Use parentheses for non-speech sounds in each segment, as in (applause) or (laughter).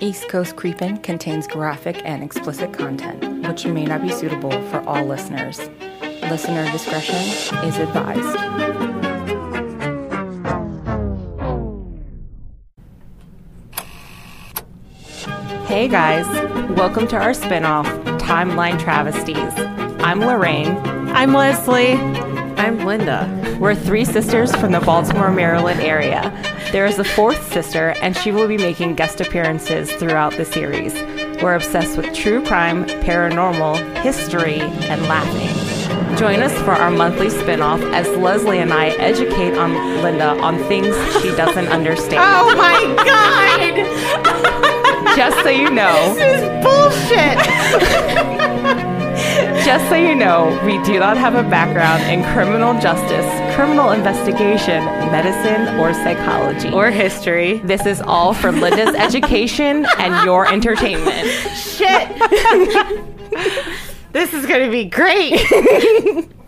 East Coast Creepin' contains graphic and explicit content, which may not be suitable for all listeners. Listener discretion is advised. Hey guys, welcome to our spinoff, Timeline Travesties. I'm Lorraine. I'm Leslie. I'm Linda. We're three sisters from the Baltimore, Maryland area. There is a fourth sister, and she will be making guest appearances throughout the series. We're obsessed with true crime, paranormal, history, and laughing. Join us for our monthly spinoff as Leslie and I educate on Linda on things she doesn't (laughs) understand. Oh my god! Just so you know, (laughs) This is bullshit! (laughs) just so you know, we do not have a background in criminal justice, criminal investigation, medicine, or psychology. or history. This is all for (laughs) Linda's education and your entertainment. Shit! (laughs) this is gonna be great! (laughs)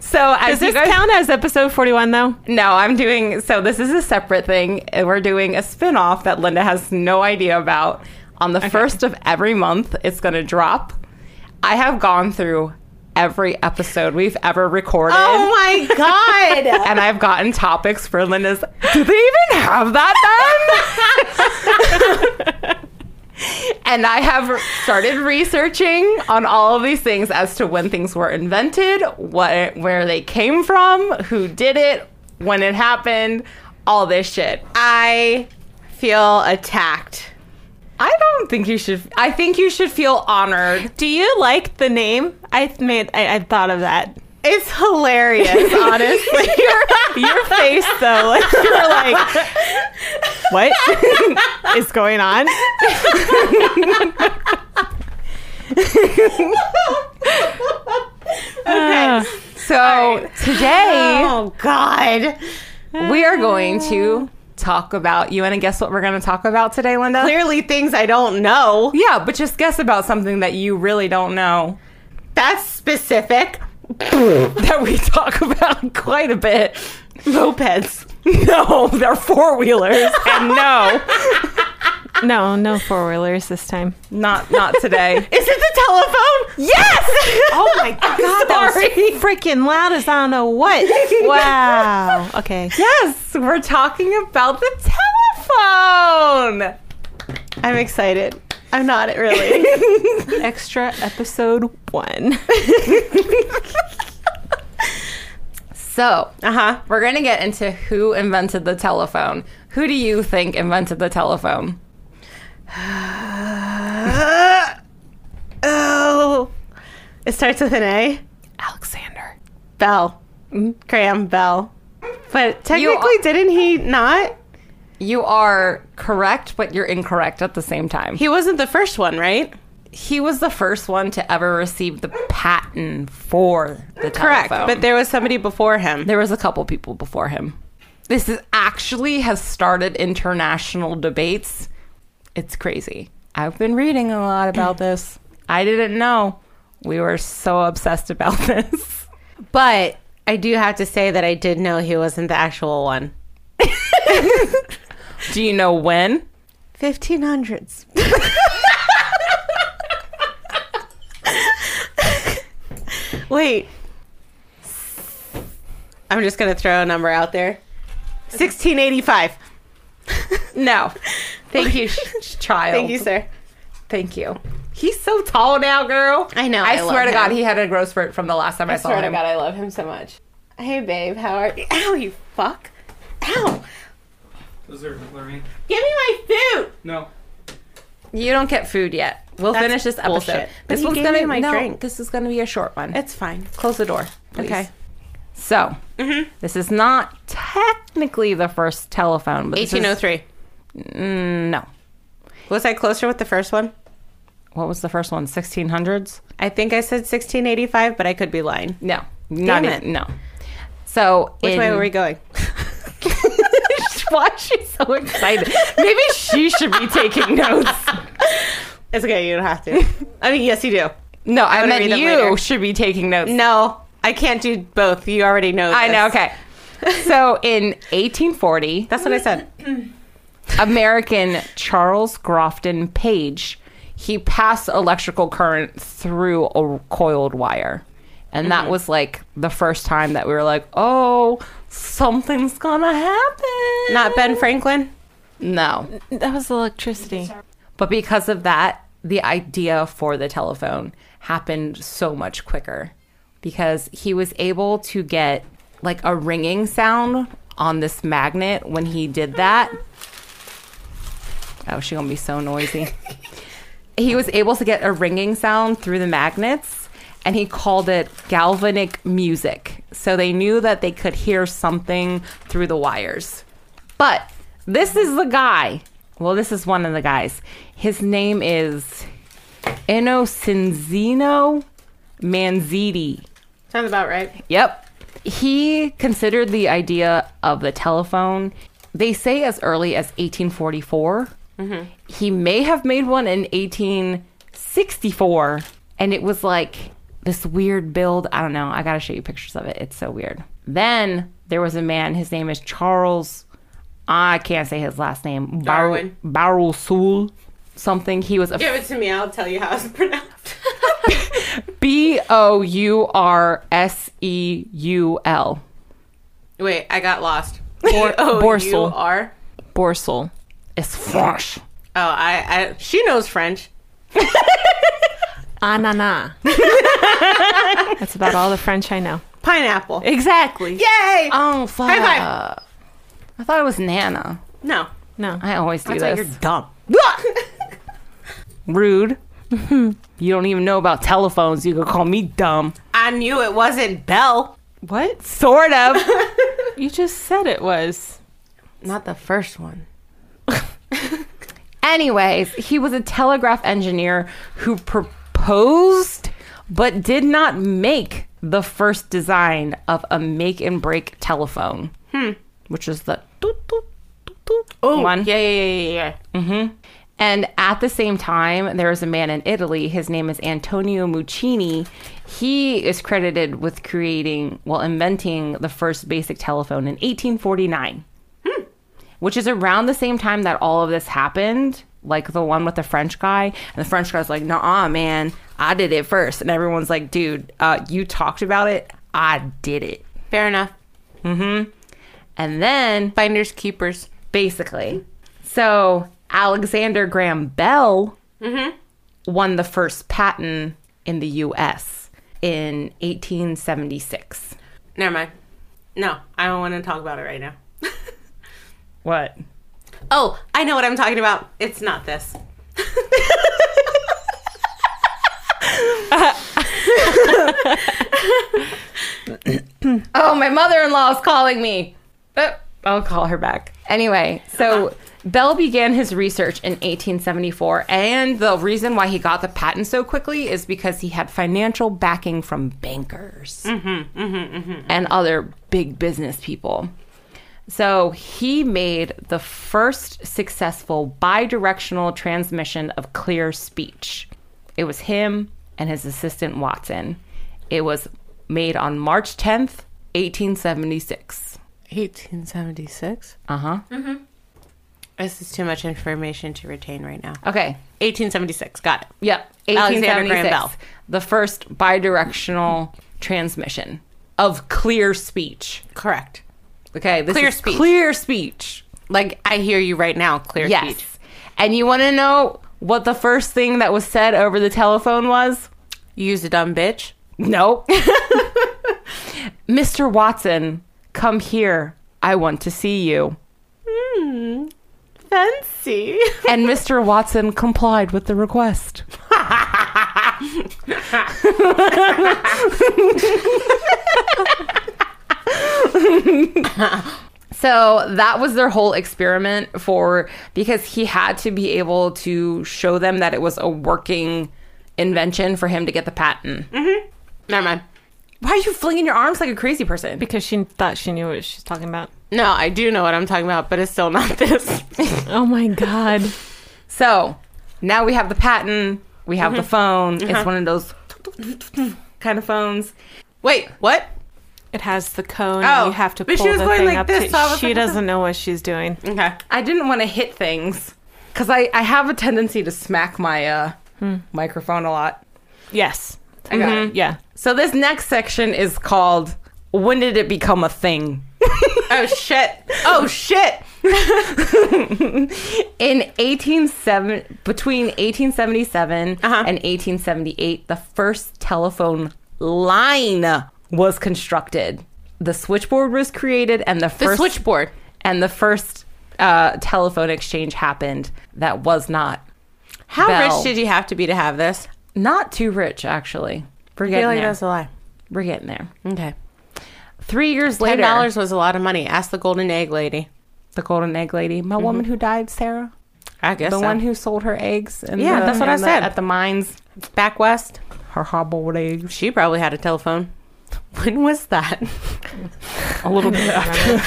So, as Does this you guys, count as episode 41 though? no, I'm doing so. This is a separate thing. We're doing a spin off that Linda has no idea about. On the first of every month, it's going to drop. I have gone through every episode we've ever recorded. Oh my god! (laughs) and I've gotten topics for Linda's. Do they even have that then? (laughs) and I have started researching on all of these things as to when things were invented, what where they came from, who did it, when it happened, all this shit. I feel attacked. I don't think you should. I think you should feel honored. Do you like the name? I th- made I, I thought of that. It's (laughs) hilarious, honestly. your, your face though, (laughs) like you were like what (laughs) is going on? okay. So today, Uh, Oh god. we are going Uh-huh. to talk about. You want to guess what we're going to talk about today, Linda? Clearly things I don't know. Yeah, but just guess about something that you really don't know That's specific. (laughs) that we talk about quite a bit. Mopeds. (laughs) No, they're four (laughs) wheelers, and no, Ah. No, no four wheelers this time. not not today. Is it the telephone? Yes! Oh (laughs) my god, that sorry. was freaking loud as I don't know what. Wow. Okay. Yes, we're talking about the telephone. I'm excited. I'm (laughs) not really. Extra episode one. So Uh-huh. Oh, we're gonna get into who invented the telephone. Who do you think invented the telephone? Uh, oh. It starts with an A. Alexander. Bell. Graham Bell. But You technically, are- didn't he not? You are correct, but you're incorrect at the same time. He wasn't the first one, right? he was the first one to ever receive the patent for the Correct. telephone. But there was somebody before him. there was a couple people before him. This is actually has started international debates. It's crazy. I've been reading a lot about this. I didn't know we were so obsessed (laughs) about this. But I do have to say that I did know he wasn't the actual one. (laughs) Do you know when? 1500s. Wait. I'm just going to throw a number out there 1685. No. Thank you, sh- (laughs) child. Thank you, sir. Thank you. He's so tall now, girl. I know, I, I love swear to God, him. he had a growth spurt from the last time I, saw him. I love him so much. Hey, babe, how are you? (laughs) Ow, you fuck. Ow. Those are Lorraine. Give me my food. No. You don't get food yet. We'll That's finish this episode. bullshit. But This he one's gave gonna me my no, drink. This is gonna be a short one. It's fine. Close the door. please. Okay. Mm-hmm. So this is not technically the first telephone, but this is- 1803. mm, no. Was I closer with the first one? What was the first one? Sixteen hundreds? I think I said 1685, but I could be lying. No. not Damn even no. So Which in, way were we going? (laughs) Why is she so excited? Maybe she should be (laughs) taking notes. It's okay. You don't have to. I mean, yes, you do. No, I, wanna read meant them you later. should be taking notes. No, I can't do both. You already know. (laughs) I know. this. Okay. So in 1840, (laughs) That's what I said. American Charles Grofton Page. He passed electrical current through a coiled wire. And Mm-hmm. that was like the first time that we were like, oh, something's gonna happen. Uh, Not Ben Franklin. No. That was electricity. But because of that, the idea for the telephone happened so much quicker because he was able to get like a ringing sound on this magnet when he did that. Oh, she's gonna be so (laughs) noisy. he was able to get a ringing sound through the magnets and he called it galvanic music. So they knew that they could hear something through the wires. But this is the guy. Well, this is one of the guys. His name is Innocenzino Manziti. Sounds about right. Yep. He considered the idea of the telephone, they say as early as 1844. He may have made one in 1864. And it was like this weird build. I don't know. I got to show you pictures of it. It's so weird. Then there was a man. His name is Charles. I can't say his last name. Darwin. Barrel Sul. Something. He was a Give it to me. I'll tell you how it's pronounced. B O U R S E U L. Wait, I got lost. Bor- (laughs) Oh, Borsal. you are. Borsal. It's French. Oh, I, I. She knows French. (laughs) Anana. That's about all the French I know. Pineapple. Eh. Exactly. Yay! Oh fuck! High I thought it was Nana. no. No. I always do That's why this. you're dumb. (laughs) Rude. (laughs) you don't even know about telephones. You could call me dumb. I knew it wasn't Belle. What? Sort (laughs) of. You just said it was. Not the first one. Anyways, he was a telegraph engineer who proposed but did not make the first design of a make and break telephone, Hmm. which is the doot, doot, doot, doot one. Oh, Yeah, yeah, yeah, yeah. yeah. And at the same time, there is a man in Italy. His name is Antonio Muccini. He is credited with creating, well, inventing the first basic telephone in 1849, which is around the same time that all of this happened. Like the one with the French guy, and the French guy's like, "Nah, man, I did it first. And everyone's like, "Dude, uh, you talked about it. I did it." Fair enough. And then Finders keepers. basically. So Alexander Graham Bell won the first patent in the U.S. in 1876. Never mind. No, I don't want to talk about it right now. (laughs) What? Oh, I know what I'm talking about. It's not this. Oh, my mother-in-law is calling me. Uh, I'll call her back. Anyway, so Bell began his research in 1874, and the reason why he got the patent so quickly is because he had financial backing from bankers and other big business people. So he made the first successful bi-directional transmission of clear speech. It was him and his assistant Watson. It was made on March 10th, 1876. 1876. Uh-huh. Mm-hmm. This is too much information to retain right now. Okay. 1876. Got it. Yep. Alexander Graham 1876. Bell. The first bidirectional transmission of clear speech. Correct. Okay, this Clear is speech. Clear speech. Like I hear you right now. Clear Yes. speech. And you want to know what the first thing that was said over the telephone was? Use a dumb bitch. Nope. (laughs) Mr. Watson, come here. I want to see you. Fancy. And Mr. Watson complied with the request. So that was their whole experiment for because he had to be able to show them that it was a working invention for him to get the patent. Never mind. Why are you flinging your arms like a crazy person? Because she thought she knew what she's talking about. No, I do know what I'm talking about, but it's still not (laughs) this. Oh my god. So now we have the patent, we have the Mm-hmm. phone. It's one of those kind of phones. Wait, what? It has the cone. Oh, and you have to but pull she was the going thing like up this, to- so I was she like, what the- doesn't know what she's doing. Okay. I didn't want to hit things because I, I have a tendency to smack my uh, microphone a lot. Yes. I got Mm-hmm. it. Mm. Yeah. So this next section is called "When did it become a thing?" oh shit! (laughs) Oh (laughs) shit! In 187 between 1877 Uh-huh. and 1878, the first telephone line was constructed. The switchboard was created and the, The first switchboard. and the first uh, telephone exchange happened that was not How Bell. rich did you have to be to have this? not too rich actually. We're I getting feel like there. that's a lie. We're getting there. Okay. Three years Ten later, dollars was a lot of money. Ask the golden egg lady. the golden egg lady, Mm-hmm. my woman who died, Sarah, I guess the so. one who sold her eggs. And Yeah, that's what I said. at the mines. back west. Her hard-boiled eggs. She probably had a telephone. (laughs) When was that? (laughs) A little bit after.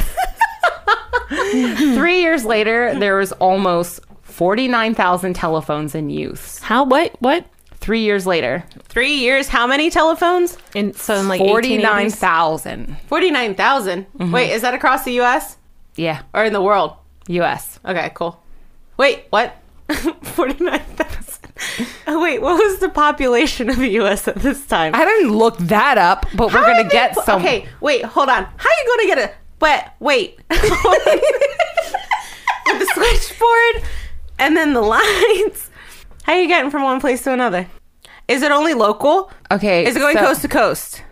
(laughs) Three years later, there was almost forty-nine thousand telephones in use. How? What? What? Three years later, Three years. How many telephones? And so in like forty-nine 1880s? thousand. Forty-nine Mm-hmm. Wait, is that across the U.S. Yeah, or in the world? U.S. Okay, cool. Wait, what? (laughs) 49,000. Oh, wait, what was the population of the U.S. at this time? I didn't look that up, but we're How gonna did get po- some. Okay, wait, hold on. How you going to get a. But wait. (laughs) With the switchboard and then the lines. How you getting from one place to another? Is it only local? Okay, Is it going so coast to coast?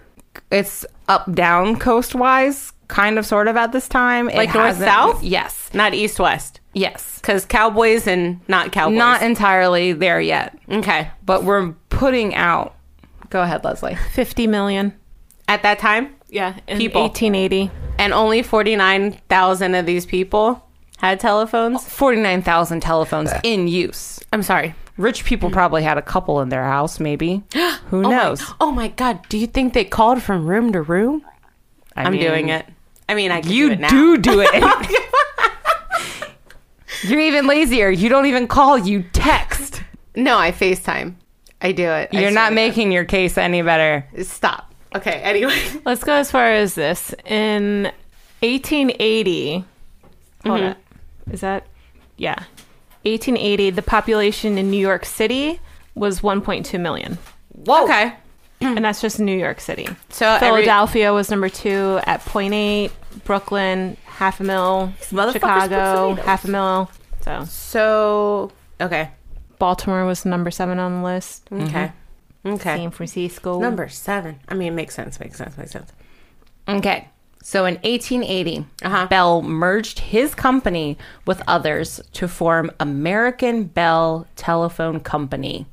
It's up down coast wise, kind of sort of at this time. It Like north, hasn't- south? Yes, Not east west. yes. Because cowboys and not cowboys. Not entirely there yet, okay. but we're putting out. Go ahead, Leslie. 50 million. At that time? Yeah. In People. 1880. and only 49,000 of these people had telephones. Forty-nine thousand telephones in use. I'm sorry. Rich people probably had a couple in their house, maybe. Who knows? (gasps) Oh my god, do you think they called from room to room? I I'm mean, doing it. I mean, I can You do it now. do do (laughs) it. (laughs) You're even lazier. You don't even call. You text. No, I FaceTime. I do it. I You're swear not to making your case any better. God. Stop. Okay, anyway. Let's go as far as this. In 1880, hold Mm-hmm. up. Is that? Yeah. 1880, the population in New York City was 1.2 million. (laughs) Whoa. Okay. And that's just New York City. Hmm. So every- Philadelphia was number two at 0.8, Brooklyn, half a mil, motherfuckers Chicago, put half a mil. So So, okay. Baltimore was number seven on the list. Okay. Okay. San Francisco. Number 7. I mean, it makes sense, makes sense, makes sense. Okay. So in 1880, Uh-huh. Bell merged his company with others to form American Bell Telephone Company.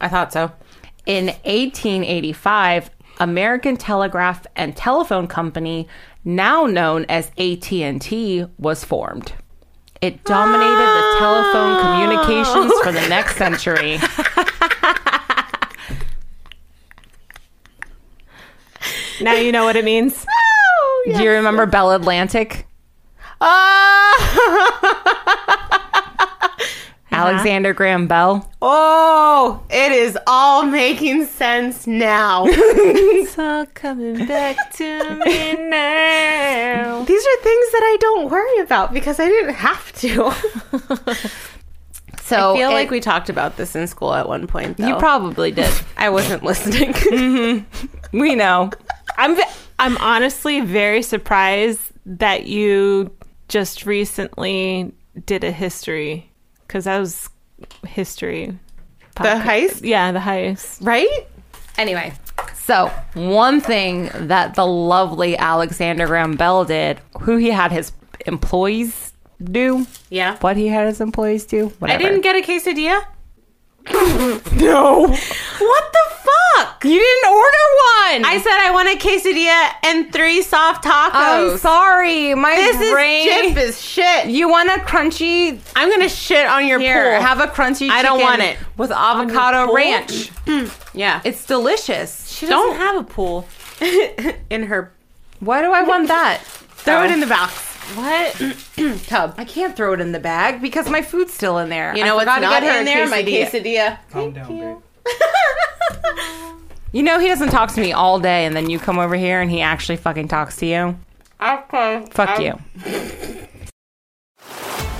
I thought so. In 1885, American Telegraph and Telephone Company, now known as AT&T, was formed. It dominated the Ah. telephone communications for the (laughs) next century. Now you know what (laughs) it means. Do you remember Bell Atlantic? Ah! Uh-huh. Alexander Graham Bell. Oh, it is all making sense (laughs) now. It's all coming back to me now. These are things that I don't worry about because I didn't have to. (laughs) So I feel it- Oh. like we talked about this in school at one point. Though. you probably did. I wasn't (laughs) listening. we know. I'm ve- I'm honestly very surprised that you just recently did a history because that was history. the heist, Yeah, the highest. right? Anyway, so one thing that the lovely Alexander Graham Bell did, who he had his employees do, Yeah. what he had his employees do, I whatever. didn't get a (laughs) quesadilla. No, What the fuck? you didn't order one. I said I want a quesadilla and three soft am tacos. sorry, my this is brain. chip is shit. You want a crunchy? I'm gonna shit on your Here, pool. have a crunchy. I don't chicken want it. with avocado pool? ranch. yeah, It's delicious. She doesn't have a pool. (laughs) in her. Why do I want that? Throw it in the box (clears throat) What? tub. I can't throw it in the bag because my food's still in there. You I know what's forgot to not get her in a there? My quesadilla. quesadilla. Calm down, babe. You know he doesn't talk to me all day, and then you come over here and he actually fucking talks to you. Okay. Fuck you.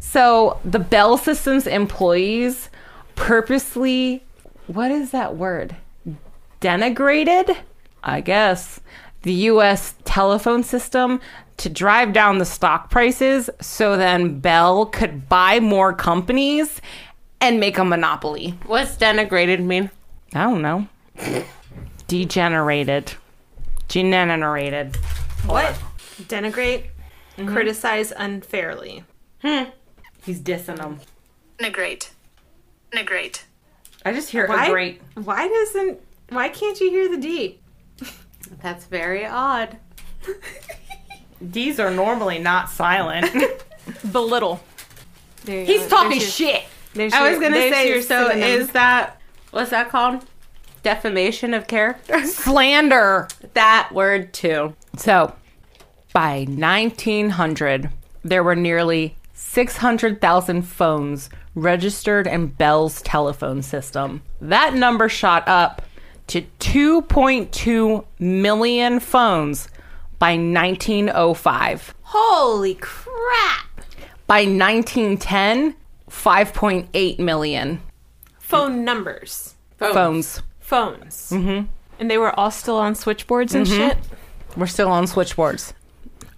so the Bell Systems employees purposely, what is that word? Denigrated, I guess, the US telephone system to drive down the stock prices so then Bell could buy more companies and make a monopoly. What's denigrated mean? I don't know. Degenerated. Generated. What? Denigrate, criticize unfairly. He's dissing them. Negrate. Negrate. I just hear Why- a great. Why doesn't? Why can't you hear the D? (laughs) That's very odd. These are normally not silent. Belittle. He's talking shit. I was gonna say, so is that what's that called? Defamation of character. (laughs) Slander. that word too. So, by 1900, there were nearly 600,000 phones registered in Bell's telephone system. That number shot up to 2.2 million phones by 1905. Holy crap! By 1910, 5.8 million Phone numbers, phones. Phones. Mm-hmm. And they were all still on switchboards Mm-hmm. and shit. We're still on switchboards.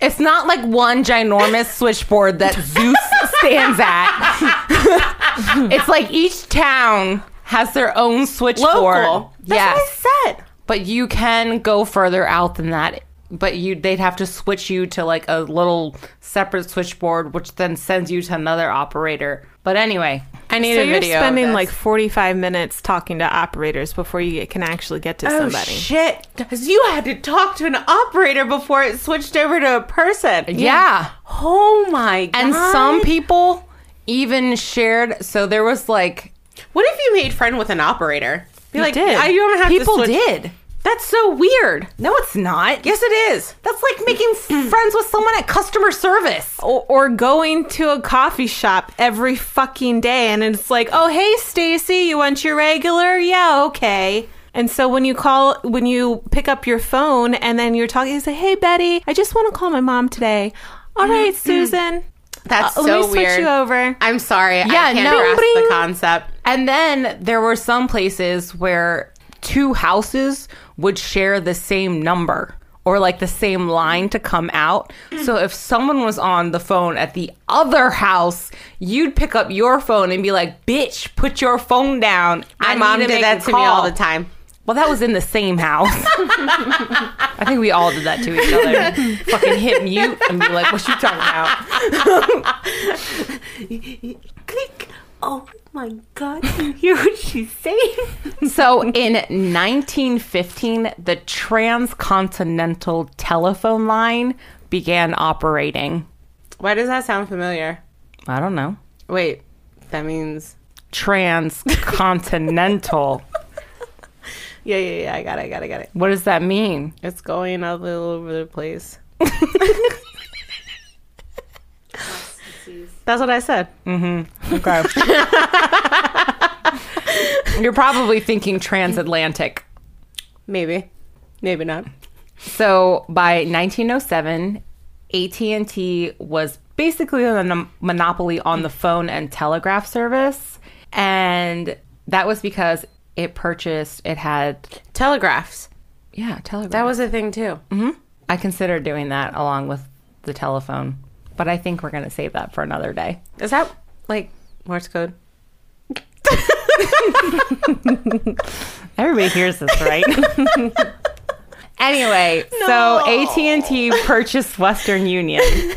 It's not like one ginormous (laughs) switchboard that Zeus stands at. (laughs) it's like each town has their own switchboard. Local. yes. set. But you can go further out than that. But you they'd have to switch you to like a little separate switchboard which then sends you to another operator. But anyway, I need So a you're video. of spending this. like 45 minutes talking to operators before you get- can actually get Oh, to somebody. Shit, because you had to talk to an operator before it switched over to a person. yeah. Oh my god. And some people even shared so there was like What if you made friend with an operator? Be like, did. I you don't have people to switch. did. That's so weird. No, it's not. Yes, it is. That's like making friends with someone at customer service. Or, or going to a coffee shop every fucking day and it's like, oh, hey, Stacy, you want your regular? Yeah, okay. And so when you call, when you pick up your phone and then you're talking, you say, hey, Betty, I just want to call my mom today. All right, Susan. Mm-hmm. That's so Uh, let me switch weird. you over. I'm sorry. I Yeah, can't no. grasp Bing. the concept. And then there were some places where two houses would share the same number or like the same line to come out. Mm. So if someone was on the phone at the other house, you'd pick up your phone and be like, "Bitch, put your phone down." My I mom need did make that a to me all call." the time. Well, that was in the same (laughs) house. I think we all did that to each (laughs) other. Fucking hit mute and be like, "What you talking about?" Click. Oh my god. You hear what she's saying? So in 1915, the transcontinental telephone line began operating. Why does that sound familiar? I don't know. Wait, that means Transcontinental. Yeah, yeah, yeah. I got it. I got it. I got it. what does that mean? It's going all over the (laughs) place. That's what I said. Okay. (laughs) You're probably thinking transatlantic. Maybe, maybe not. So by 1907, AT&T was basically a mon- monopoly on the phone and telegraph service, and that was because it purchased it had Telegraphs. yeah, telegraph. That was a thing too. I consider doing that along with the telephone, but I think we're going to save that for another day. Is that like Morse code? Everybody hears this, right? (laughs) anyway, so AT&T purchased Western Union. (laughs)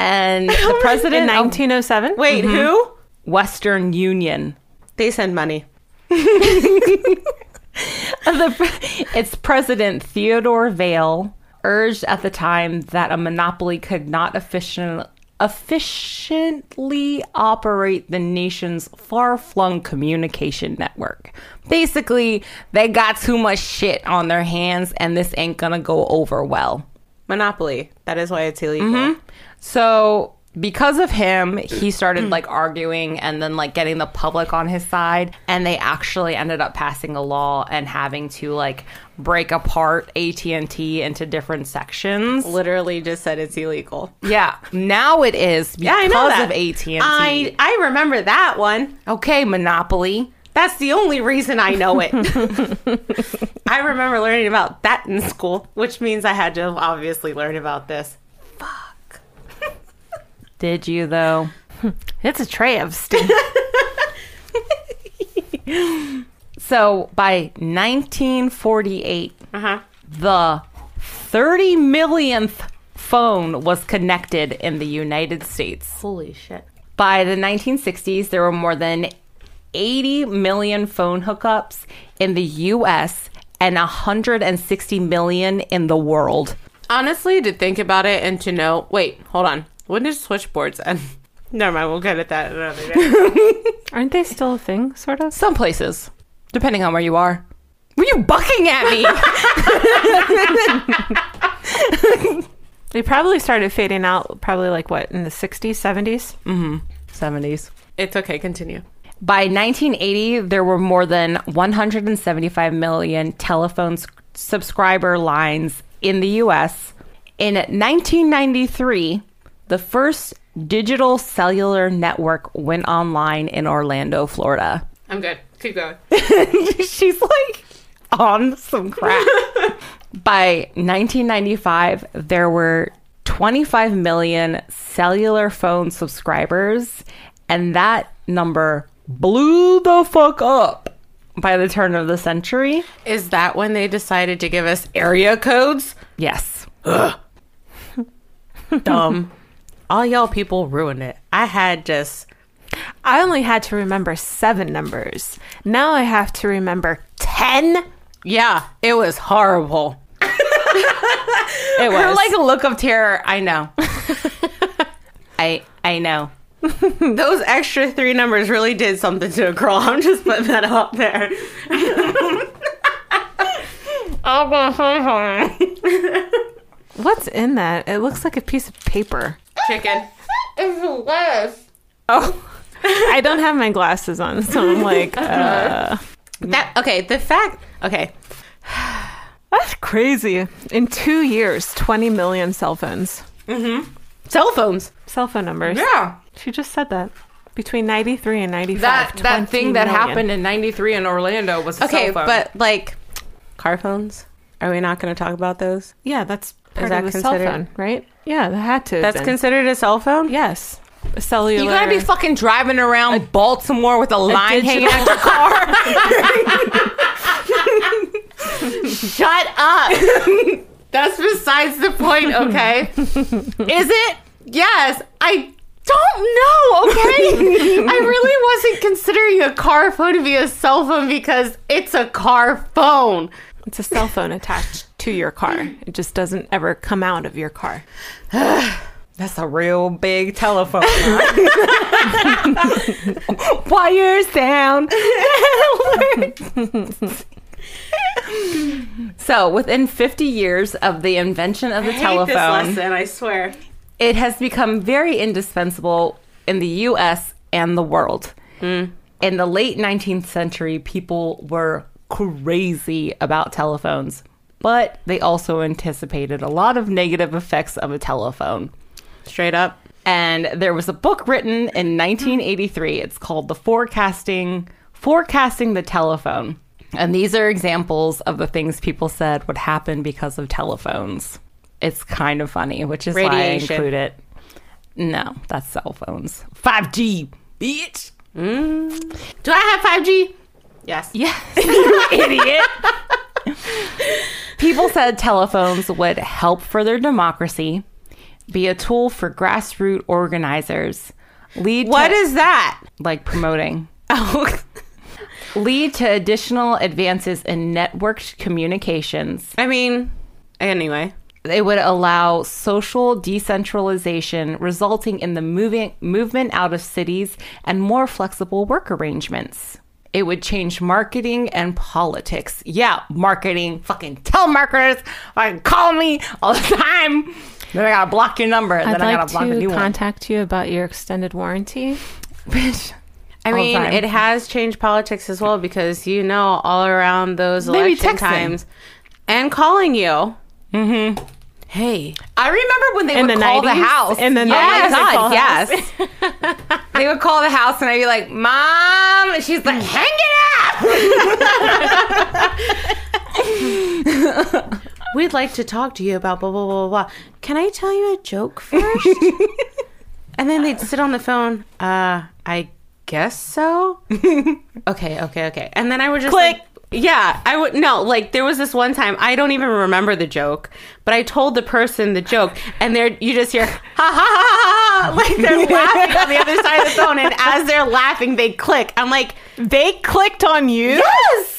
And the In president of 1907? Wait, Mm-hmm. who? Western Union (laughs) They send money. the, its president Theodore Vail urged at the time that a monopoly could not efficient, efficiently operate the nation's far-flung communication network. Basically, they got too much shit on their hands, and this ain't gonna go over well. Monopoly. That is why it's illegal. Mm-hmm. So because of him, he started like arguing and then like getting the public on his side. And they actually ended up passing a law and having to like break apart AT and T into different sections. Literally just said it's illegal. Yeah, now it is because I know that. of AT and I T. I remember that one. Okay, monopoly. That's the only reason I know (laughs) it. I remember learning about that in school, which means I had to obviously learn about this. Did you though? It's a travesty. So by 1948, Uh-huh. the 30 millionth phone was connected in the United States. Holy shit. By the 1960s, there were more than 80 million phone hookups in the US and 160 million in the world. (laughs) Honestly, to think about it and to know. Wait, hold on. When did switchboards end? Never mind, we'll get at that another day. Aren't they still a thing, sort of? Some places, depending on where you are. Were you bucking at (laughs) me? They probably started fading out, probably like what, in the 60s, 70s? 70s. It's okay. Continue. By 1980, there were more than 175 million telephone s- subscriber lines in the US. In 1993, the first digital cellular network went online in Orlando, Florida. I'm good. Keep going. (laughs) She's like on some (laughs) crack. By 1995, there were 25 million cellular phone subscribers, and that number blew the fuck up by the turn of the century. Is that when they decided to give us area codes? Yes. Um, Dumb. All y'all people ruined it. I had just. I only had to remember seven numbers. Now I have to remember 10. Yeah, it was horrible. (laughs) It was. Her like look of terror. I (laughs) know. I I know. Those extra three numbers really did something to a girl. (laughs) I'm just putting that out there. What's in that? It looks like a piece of paper. Oh. Chicken. (laughs) I don't have my glasses on, so I'm like, uh, That okay. The fact. Okay. that's crazy. In two years, 20 million cell phones. Cell phones. Cell phone numbers. Yeah. She just said that. Between 93 and 95. That that 20 thing that million. happened in 93 in Orlando was a Okay, cell phone. but like Car phones? Are we not going to talk about those? Yeah, that's part that of a cell considered- phone, right? Yeah, that had to. have That's been. considered a cell phone? Yes. A cellular. You gotta be fucking driving around Baltimore with a line hanging out digital- your car. Shut up. (laughs) that's besides the point. Okay. Is it? yes, I don't (laughs) know. Okay. I really wasn't considering a car phone to be a cell phone because it's a car phone. It's a cell phone attached to your car. It just doesn't ever come out of your car. That's a real big telephone. (laughs) Wire (laughs) sound. so, within 50 years of the invention of the telephone, I swear. it has become very indispensable in the US and the world. In the late 19th century, people were crazy about telephones, but they also anticipated a lot of negative effects of a telephone. Straight up. And there was a book written in 1983. It's called The Forecasting Forecasting the Telephone. And these are examples of the things people said would happen because of telephones. It's kind of funny, which is why I Radiation. include it. No, that's cell phones. 5G, bitch. Do I have 5G? Yes. idiot. People said telephones would help further democracy, be a tool for grassroots organizers, lead What to, is that? like promoting, lead to additional advances in networked communications. (laughs) I mean, anyway. It would allow social decentralization, resulting in the moving, movement out of cities and more flexible work arrangements. It would change marketing and politics. Yeah, marketing. Fucking telemarketers. Fucking call me all the time. Then I gotta block your number. I'd then I like gotta block a to new contact you about your extended warranty. one. Bitch. I the mean, time. it has changed politics as well because you know all around those They be election texting. times and calling you. Mm-hmm. Hey, I remember when they In would the call the 90s? house. In the oh my 90s, they god, call yes. (laughs) they would call the house, and I'd be like, "Mom," and she's like, "Hang it up." we'd like to talk to you about blah blah blah blah. blah. Can I tell you a joke first? and then they'd sit on the phone. Uh, I guess so. okay, okay, okay. And then I would just Click. like, yeah, I would no. Like there was this one time I don't even remember the joke, but I told the person the joke, and they're you just hear ha ha ha ha ha, like they're laughing on the other side of the phone, and as they're laughing, they click. I'm like, They clicked on you? yes.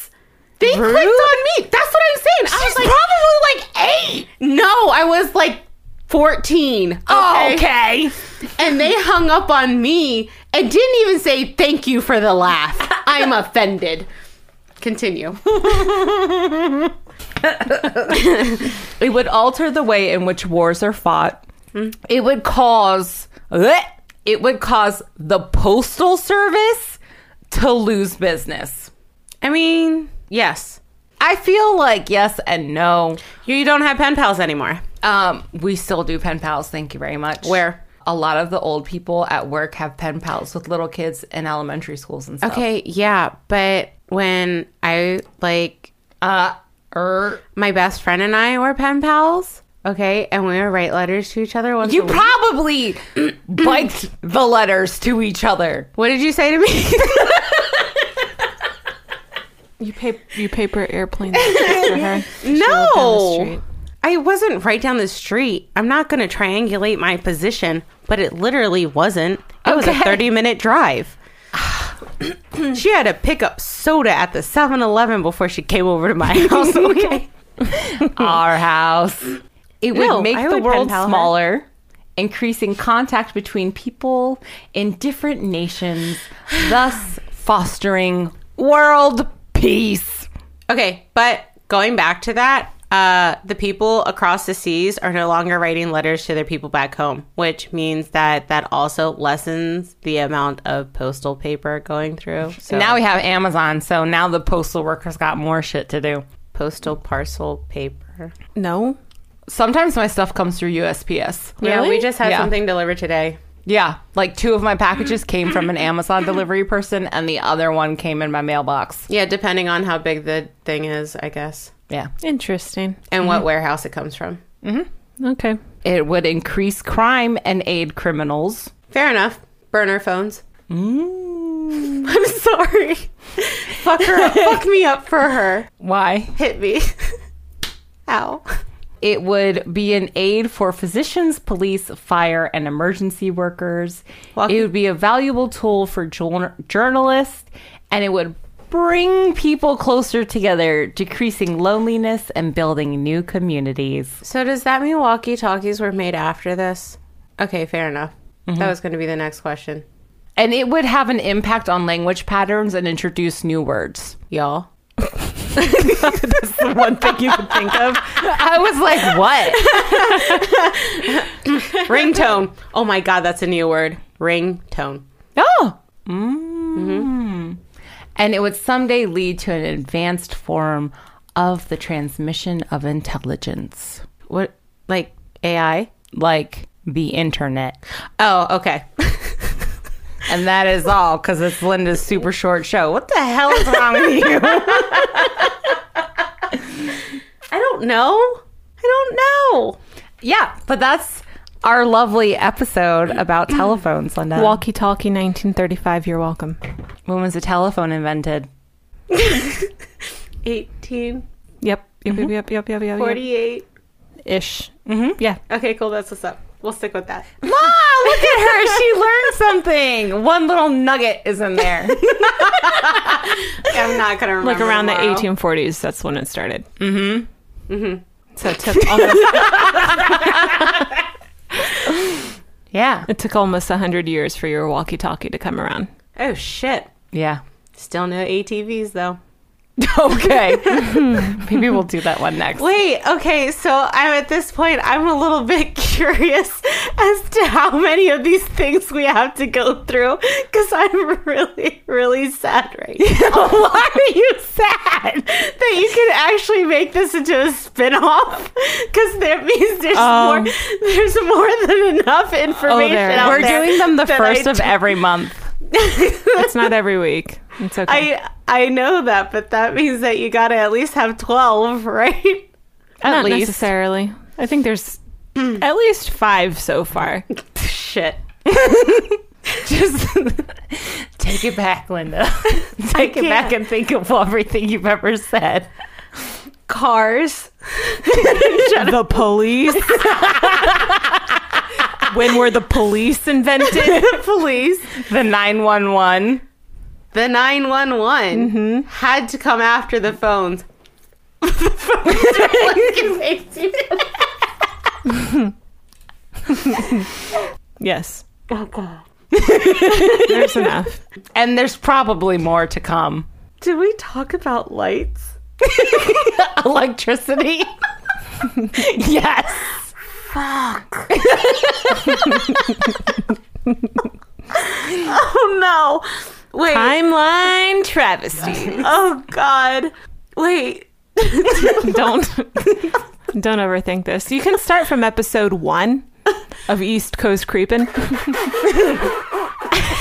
They clicked on me. That's what I'm saying. I was like, probably like eight. No, I was like 14. Okay. okay. And they hung up on me and didn't even say thank you for the laugh. (laughs) I'm offended. Continue. It would alter the way in which wars are fought. It would cause bleh, it would cause the postal service to lose business. I mean, yes. I feel like yes and no. You don't have pen pals anymore. Um, we still do pen pals. Thank you very much. Where? A lot of the old people at work have pen pals with little kids in elementary schools and stuff. Okay, yeah, but when I like Uh, er, my best friend and I were pen pals, okay, and we would write letters to each other once you a week. probably (clears throat) biked the letters to each other. What did you say to me? You pay you paper (laughs) airplanes for her. She lived down the No. street. I wasn't right down the street. I'm not going to triangulate my position, but it literally wasn't. It was a Okay. 30 minute (clears throat) drive. she had to pick up soda at the 7 Eleven before she came over to (laughs) my house. (laughs) Okay. Our house. It would Hmm. No, make I the would pen world pal her. smaller, increasing contact between people in different nations, (sighs) thus fostering world peace. okay. But going back to that, uh, the people across the seas are no longer writing letters to their people back home, which means that that also lessens the amount of postal paper going through. So Now we have Amazon, so now the postal workers got more shit to do. postal parcel paper. No. Sometimes my stuff comes through USPS. Yeah, we just had Yeah. something delivered today. Yeah, like two of my packages came from an (clears throat) Amazon delivery person, and the other one came in my mailbox. Yeah, depending on how big the thing is, I guess, Yeah. Interesting. and what warehouse it comes from. Okay. It would increase crime and aid criminals. Fair enough. Burner phones. (laughs) I'm sorry. Fuck her up. Fuck me up for her. Why? Hit me. (laughs) Ow. It would be an aid for physicians, police, fire, and emergency workers. It would be a valuable tool for jour- journalists, and it would bring people closer together, decreasing loneliness and building new communities. So does that mean walkie talkies were made after this? Okay, fair enough. That was going to be the next question, And it would have an impact on language patterns and introduce new words. (laughs) y'all. one thing you could think of. I was like, what? Ringtone. Oh my god, that's a new word. Ringtone. Oh. Mm-hmm. And it would someday lead to an advanced form of the transmission of intelligence, What? Like AI? like the internet. Oh, okay. (laughs) And that is all because it's Linda's super short show. What the hell is wrong with you? (laughs) I don't know. I don't know. yeah, but that's our lovely episode about telephones, Linda. Walkie talkie 1935, you're welcome. when was the telephone invented? (laughs) 18, Yep. Yep, yep, yep, yep, yep, yep. 48. Ish. Mm-hmm. Yeah. Okay, cool. That's what's up. We'll stick with that. Mom, Look at her. She learned something. One little nugget is in there. I'm not gonna (laughs) remember. Like around the tomorrow. 1840s, that's when it started. So it took almost (laughs) Yeah. It took almost 100 years for your walkie talkie to come around. oh shit. Yeah. Still no ATVs though. (laughs) Okay. Maybe we'll do that one next. Wait, okay, so I'm at this point I'm a little (laughs) bit curious as to how many of these things we have to go through cuz I'm really really sad right (laughs) now. Why are you sad? That you can actually make this into a spin-off (laughs) cuz that means there's Um, more there's more than enough Oh, information out We're there doing them the that I first of don't- every month. It's not every week. It's okay. I I know that, but that means that you gotta at least have twelve, (laughs) right? not least. necessarily. I think there's at least five so far. Shit. Just take it back, Linda. (laughs) take it back can't. and think of everything you've ever said. Cars. (laughs) the police. when were the (laughs) police invented? the police. The 911. The nine one one Mm-hmm. had to come after the phones. Yes. There's enough. And there's probably more to come. Did we talk about lights? (laughs) Electricity? yes. Oh no. Wait. Timeline travesty. Oh god. Wait. (laughs) don't don't overthink this. You can start from episode one of East Coast Creepin'. (laughs)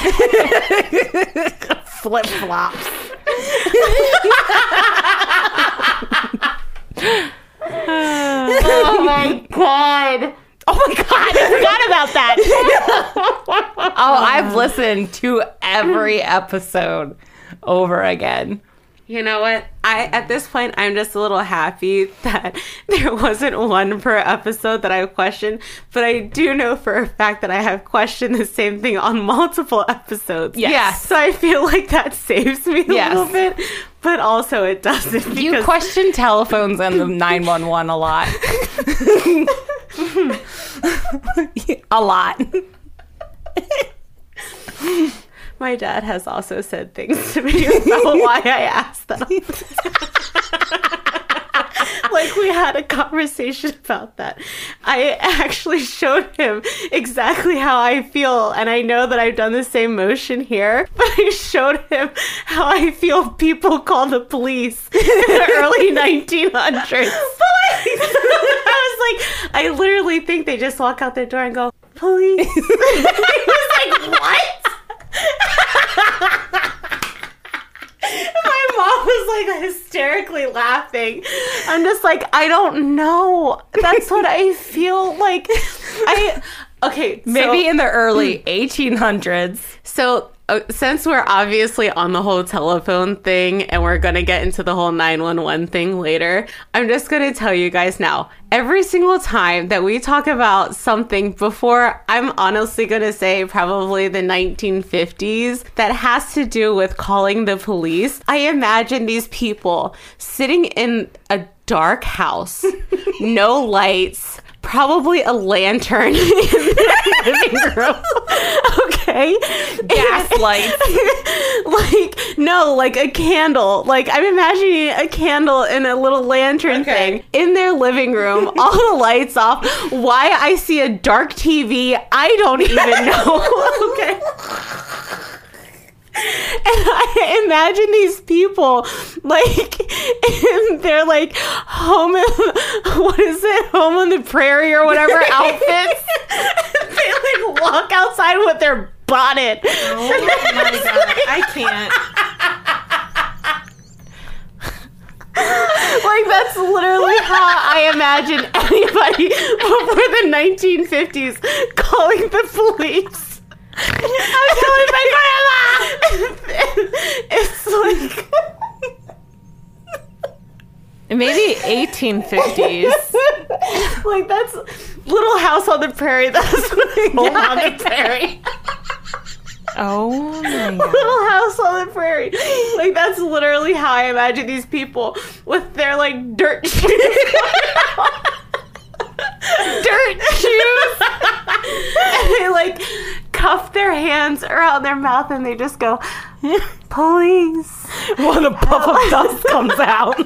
Oh Flip flops. (laughs) Oh my god. Oh my God, I forgot about that. (laughs) oh, I've listened to every episode over again. You know what? I at this point I'm just a little happy (laughs) that there wasn't one per episode that I questioned, but I do know for a fact that I have questioned the same thing on multiple episodes. Yes. Yes. So I feel like that saves me a Yes. little bit, but also it doesn't because You question telephones and the 911 a lot. (laughs) a lot. my dad has also said things to me (laughs) about why I asked that. (laughs) like we had a conversation about that. I actually showed him exactly how I feel, and I know that I've done the same motion here. (laughs) But I showed him how I feel people call the police (laughs) in the early (laughs) 1900s. Police! (laughs) I was like, I literally think they just walk out their door and go, "Police." (laughs) he was like, "What?" (laughs) My mom was like hysterically laughing. I'm just like, I don't know. That's what I feel like. I okay, Maybe in the early 1800s. so. Uh, since we're obviously on the whole telephone thing and we're going to get into the whole 911 thing later, I'm just going to tell you guys now. Every single time that we talk about something before, I'm honestly going to say probably the 1950s that has to do with calling the police. I imagine these people sitting in a dark house, no lights, probably a lantern in their living room. (laughs) Okay. Gaslight. (laughs) like no, like a candle. Like I'm imagining a candle and a little lantern thing in their living (laughs) room, all the lights off. Why I see a dark TV, I don't (laughs) even know. (laughs) okay. And I imagine these people like in their like home (laughs) what is it? Home on the prairie or (laughs) whatever outfits. they like walk outside with their bonnet. I can't. Like that's literally how I imagine anybody before the 1950s calling the police. I'm calling my grandma. it's like Maybe 1850s. like that's Little House on the Prairie. That's what I got. on the prairie. Oh my god. Little House on the Prairie. Like that's literally how I imagine these people with their like dirt (laughs) shoes. dirt shoes. and they like cuff their hands around their mouth and they just go, "Police." When a puff of (laughs) dust comes out.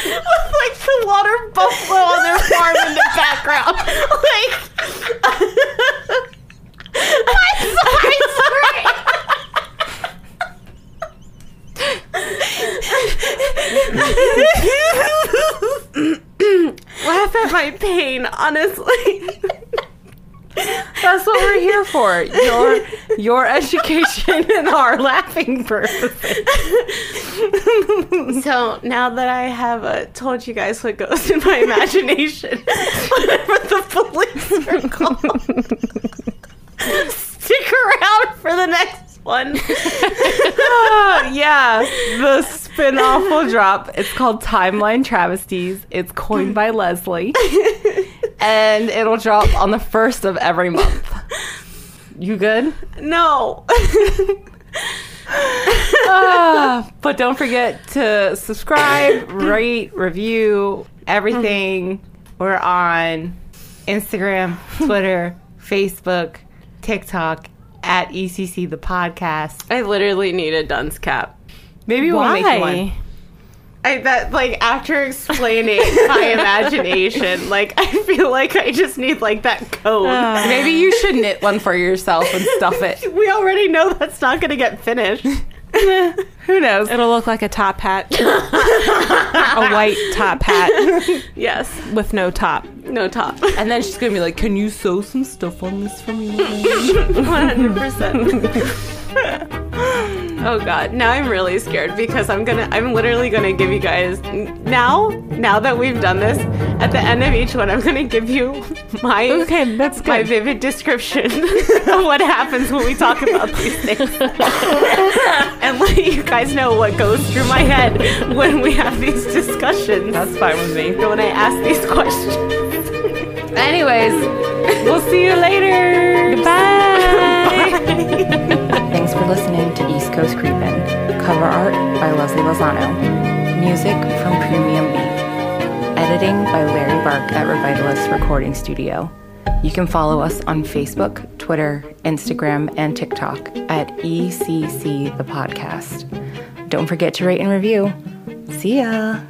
with like the water buffalo on their farm in the (laughs) background. Like, I'm sorry, sorry. Laugh at my pain, honestly. That's what we're here for. Your your education and our (laughs) laughing purpose. So Oh, now that I have uh, told you guys what goes in my (laughs) imagination, whatever the police are called, stick around for the next one. (laughs) yeah, the spin-off will drop. It's called Timeline Travesties. It's coined by Leslie. And it'll drop on the first of every month. You good? No. Ah, but don't forget to subscribe, rate, review, everything. We're on Instagram, Twitter, Facebook, TikTok, at ECC the podcast. I literally need a dunce cap. Maybe we'll make one. Why? I that like after (laughs) explaining my imagination, like I feel like I just need like that code. Maybe you should knit one for yourself and stuff it. (laughs) we already know that's not gonna get (laughs) finished. Who knows? It'll look like a top hat. (laughs) a white top hat (laughs) Yes. with no top. No top. And then she's gonna be like, "Can you sew some stuff on this for me?" One hundred percent. (laughs) Oh god, now I'm really scared because I'm gonna, I'm literally gonna give you guys n- now, now that we've done this, at the end of each one, I'm gonna give you my Okay, that's my good. vivid description (laughs) of what happens when we talk about these (laughs) things, and let you guys know what goes through my head when we have these discussions. That's fine with me. When I ask these questions. Anyways, we'll see you later. (laughs) Goodbye. Thanks for listening to East Coast Creepin'. Cover art by Leslie Lozano. Music from Premium Beat. Editing by Larry Bark at Revitalist Recording Studio. You can follow us on Facebook, Twitter, Instagram, and TikTok at E ECC the Podcast. Don't forget to rate and review. See ya!